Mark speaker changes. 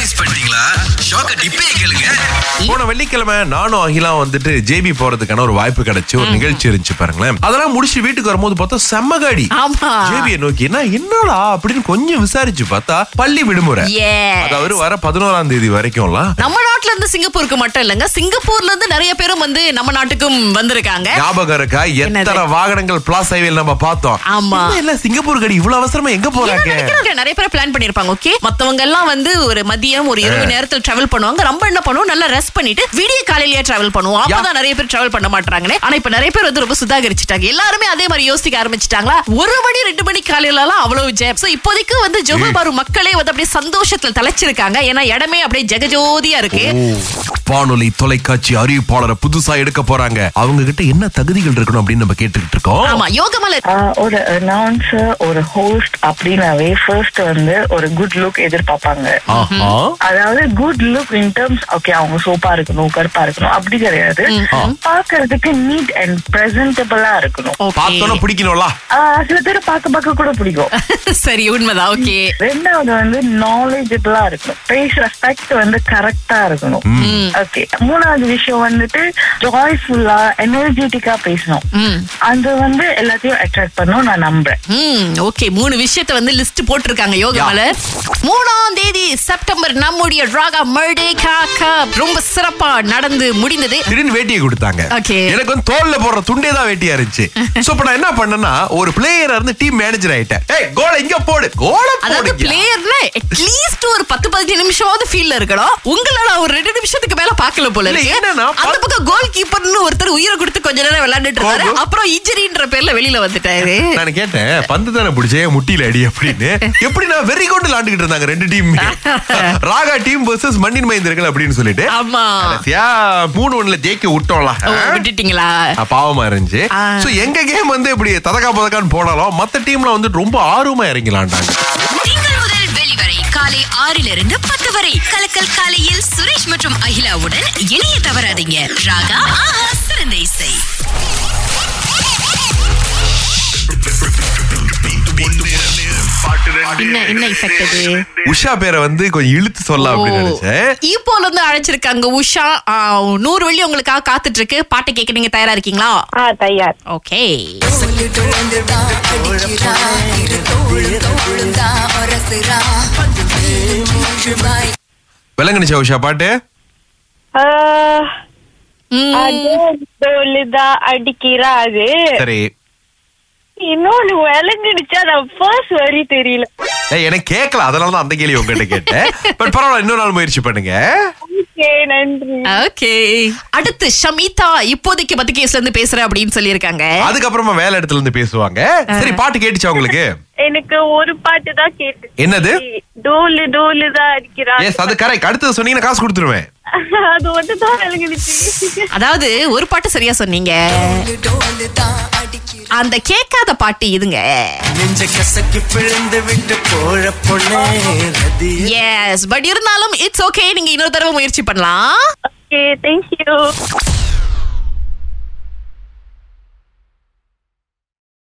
Speaker 1: Miss பண்ணிட்டீங்களா ஷாக்க டிப்பே கேளுங்க
Speaker 2: போன வெள்ளிக்கிழமை நானும் அகிலா வந்துட்டு ஜேபி போறதுக்கான ஒரு வாய்ப்பு கிடைச்சு ஒரு நிகழ்ச்சி இருந்துச்சு பாருங்களேன் அதெல்லாம் முடிச்சு வீட்டுக்கு வரும்போது பார்த்தா செம்ம காடி
Speaker 3: ஆமா.
Speaker 2: ஜேபியை நோக்கி என்ன என்னடா அப்படின்னு கொஞ்சம் விசாரிச்சு பார்த்தா பள்ளி விடுமுறை
Speaker 3: Yes.
Speaker 2: அதாவது வர பதினோராம் தேதி வரைக்கும்லாம்
Speaker 3: நம்ம நாட்டுல இருந்து சிங்கப்பூருக்கு மட்டும் இல்லங்க சிங்கப்பூர்ல இருந்து நிறைய பேரும் வந்து நம்ம நாட்டுக்கும் வந்திருக்காங்க
Speaker 2: ஞாபகம் இருக்கா எத்தனை
Speaker 3: என்னது?
Speaker 2: வாகனங்கள் பிளாஸ் ஹைவேல நம்ம பார்த்தோம்
Speaker 3: ஆமா.
Speaker 2: என்ன எல்லாம் சிங்கப்பூர் கடி இவ்வளவு அவசரமா எங்க
Speaker 3: என்ன
Speaker 2: போறாங்க
Speaker 3: நினைக்கிறாங்க? நிறைய பேர் பிளான் பண்ணிருப்பாங்க ஓகே மத்தவங்க எல்லாம் வந்து ஒரு மதியம் ஒரு இரவு நேரத்தில் டிராவல் பண்ணுவாங்க ரொம்ப என்ன பண்ணுவோம் நல்லா ரெஸ்ட் பண்ணிட்டு விடிய காலையிலேயே டிராவல் பண்ணுவோம் அப்பதான் நிறைய பேர் டிராவல் பண்ண மாட்டாங்களே ஆனா இப்ப நிறைய பேர் வந்து ரொம்ப சுதாகரிச்சுட்டாங்க எல்லாருமே அதே மாதிரி யோசிக்க ஆரம்பிச்சிட்டாங்களா ஒரு மணி ரெண்டு மணி காலையில எல்லாம் அவ்வளவு ஜெயம் சோ இப்போதைக்கு வந்து ஜொஹபாரு மக்களே வந்து அப்படியே சந்தோஷத்துல தலைச்சிருக்காங்க ஏன்னா இடமே அப்படியே ஜெகஜோதியா இருக்கு
Speaker 2: ஓ, வானொலி தொலைக்காட்சி அறிவிப்பாளரை புதுசா எடுக்க போறாங்க அவங்க கிட்ட என்ன தகுதிகள் இருக்கணும் அப்படின்னு நம்ம கேட்டுக்கிட்டு இருக்கோம்
Speaker 3: ஆமா யோகமலர்
Speaker 4: ஆஹ் ஒரு அனௌன்சர் ஒரு ஹோஸ்ட் அப்படின்னாவே ஃபர்ஸ்ட் வந்து ஒரு குட் லுக் எதிர்பார்ப்பாங்க
Speaker 2: ஆஹா
Speaker 4: அதாவது good look in terms okay அவங்க சோப்பா இருக்கணும் கருப்பா இருக்கணும் அப்படி கிடையாது பார்க்கிறதுக்கு நீட் அண்ட் பிரசன்டபிளா இருக்கணும்
Speaker 3: Okay.
Speaker 2: பார்த்தோன்னா பிடிக்கணும்ல
Speaker 4: ஆஹ் சில பேர் பார்க்க பார்க்க கூட பிடிக்கும்
Speaker 3: சரி உண்மைதான் ஓகே
Speaker 4: ரெண்டாவது வந்து நாலேஜபிளா இருக்கணும் பேசுற ரெஸ்பெக்ட் வந்து கரெக்டா இருக்கணும் ஓகே மூணாவது விஷயம் வந்துட்டு ஜாய்ஃபுல்லா எனர்ஜெட்டிக்கா பேசணும்
Speaker 3: ம்
Speaker 4: அது வந்து எல்லாத்தையும் அட்ராக்ட் பண்ணும் நான் நம்புறேன்
Speaker 3: ம் ஓகே மூணு விஷயத்தை வந்து லிஸ்ட் போட்டிருக்காங்க யோக மலர் மூணாம் தேதி செப்டம்பர் நம்முடைய ராகா மர்டே காக்கா ரொம்ப சிறப்பா நடந்து முடிந்தது
Speaker 2: திடீர்னு வேட்டியை கொடுத்தாங்க
Speaker 3: Okay.
Speaker 2: எனக்கு வந்து தோல்ல போடுற துண்டே தான் வேட்டியா இருந்துச்சு சோ இப்ப நான் என்ன பண்ணேன்னா ஒரு பிளேயரா இருந்து டீம் மேனேஜர் ஆயிட்டேன் ஏய் கோல இங்க போடு கோல
Speaker 3: அதாவது
Speaker 2: போடு
Speaker 3: பிளேயர்ல அட்லீஸ்ட் ஒரு பத்து பதினஞ்சு நிமிஷமாவது ஃபீல்ட்ல இருக்கணும் உங்களால ஒரு ரெண்டு நிமிஷத்துக்கு மேல பாக்கல போல
Speaker 2: இல்ல,
Speaker 3: இருக்கு
Speaker 2: என்னன்னா,
Speaker 3: அந்த பக்கம் கோல் கீப்பர்னு ஒருத்தர் உயிரை கொடுத்து கொஞ்ச நேரம் விளையாண்டுட்டு இருந்தாரு
Speaker 2: கோபு.
Speaker 3: அப்புறம் இன்ஜரின்ற பேர்ல வெளியில வந்துட்டாரு
Speaker 2: நான் கேட்டேன் பந்து தானே பிடிச்சே முட்டியில அடி அப்படின்னு எப்படி நான் வெறி கொண்டு விளாண்டுகிட்டு இருந்தாங்க ரெண்டு டீம் ராகா டீம் வர்சஸ் மண்ணின் மைந்தர்கள் அப்படின்னு சொல்லிட்டு
Speaker 3: ஆமா
Speaker 2: கடைசியா மூணு ஒண்ணுல ஜெயிக்க விட்டோம்ல
Speaker 3: ஓ, விட்டுட்டீங்களா
Speaker 2: ஆ, பாவமா இருந்துச்சு
Speaker 3: ஆ.
Speaker 2: சோ எங்க கேம் வந்து இப்படி ததக்கா பதக்கான்னு போனாலும் மத்த டீம்ல வந்து ரொம்ப ஆர்வமா இறங்கிலாண்டாங்க
Speaker 5: திங்கள் முதல் வெளிவரை காலை ஆறிலிருந்து பத்து வரை கலக்கல் காலையில் சுரேஷ் மற்றும் அகிலாவுடன் இணைய தவறாதீங்க ராகா ஆஹா சிறந்த இசை
Speaker 3: என்ன என்ன இஃபெக்ட் அது
Speaker 2: உஷா பேரை வந்து கொஞ்சம் இழுத்து சொல்ல அப்படின்னு நினைச்சேன்
Speaker 3: இப்போல இருந்து அழைச்சிருக்காங்க உஷா ஆ, நூறு வழி உங்களுக்காக காத்துட்டு இருக்கு பாட்டு கேட்க நீங்க தயாரா இருக்கீங்களா
Speaker 4: தயார்
Speaker 3: ஓகே
Speaker 2: விளங்குனுச்சா உஷா பாட்டு
Speaker 4: தோலுதா அடிக்கிறா அது
Speaker 2: சரி
Speaker 4: இன்னொன்னு விளங்குடுச்சா நான் ஃபர்ஸ்ட் வரி தெரியல
Speaker 2: ஏய், எனக்கு கேட்கல அதனால தான் அந்த கேள்வி உங்ககிட்ட கேட்டேன் பட் பரவாயில்ல இன்னொரு நாள் முயற்சி பண்ணுங்க
Speaker 4: ஓகே நன்றி
Speaker 3: ஓகே அடுத்து ஷமிதா இப்போதைக்கு பத்து கேஸ்ல இருந்து பேசுறேன் அப்படின்னு சொல்லியிருக்காங்க
Speaker 2: அதுக்கப்புறமா வேலை இடத்துல இருந்து பேசுவாங்க சரி பாட்டு கேட்டுச்சா உங்களுக்கு
Speaker 4: எனக்கு ஒரு பாட்டு தான் கேட்டு
Speaker 2: என்னது
Speaker 4: டோலு டோலு தான் அடிக்கிறா
Speaker 2: எஸ் அது கரெக்ட் அடுத்தது சொன்னீங்கன்னா காசு கொடுத்துருவேன்
Speaker 4: அது வந்து தான் விளங்குடுச்சு
Speaker 3: அதாவது ஒரு பாட்டு சரியா சொன்னீங்க அந்த கேட்காத பாட்டு இதுங்க
Speaker 6: நெஞ்ச கசக்கி பிழிந்து விட்டு போற பொண்ணே நதி
Speaker 3: எஸ் பட் இருந்தாலும் இட்ஸ் ஓகே நீங்க இன்னொரு தடவை முயற்சி பண்ணலாம்
Speaker 4: ஓகே தேங்க்யூ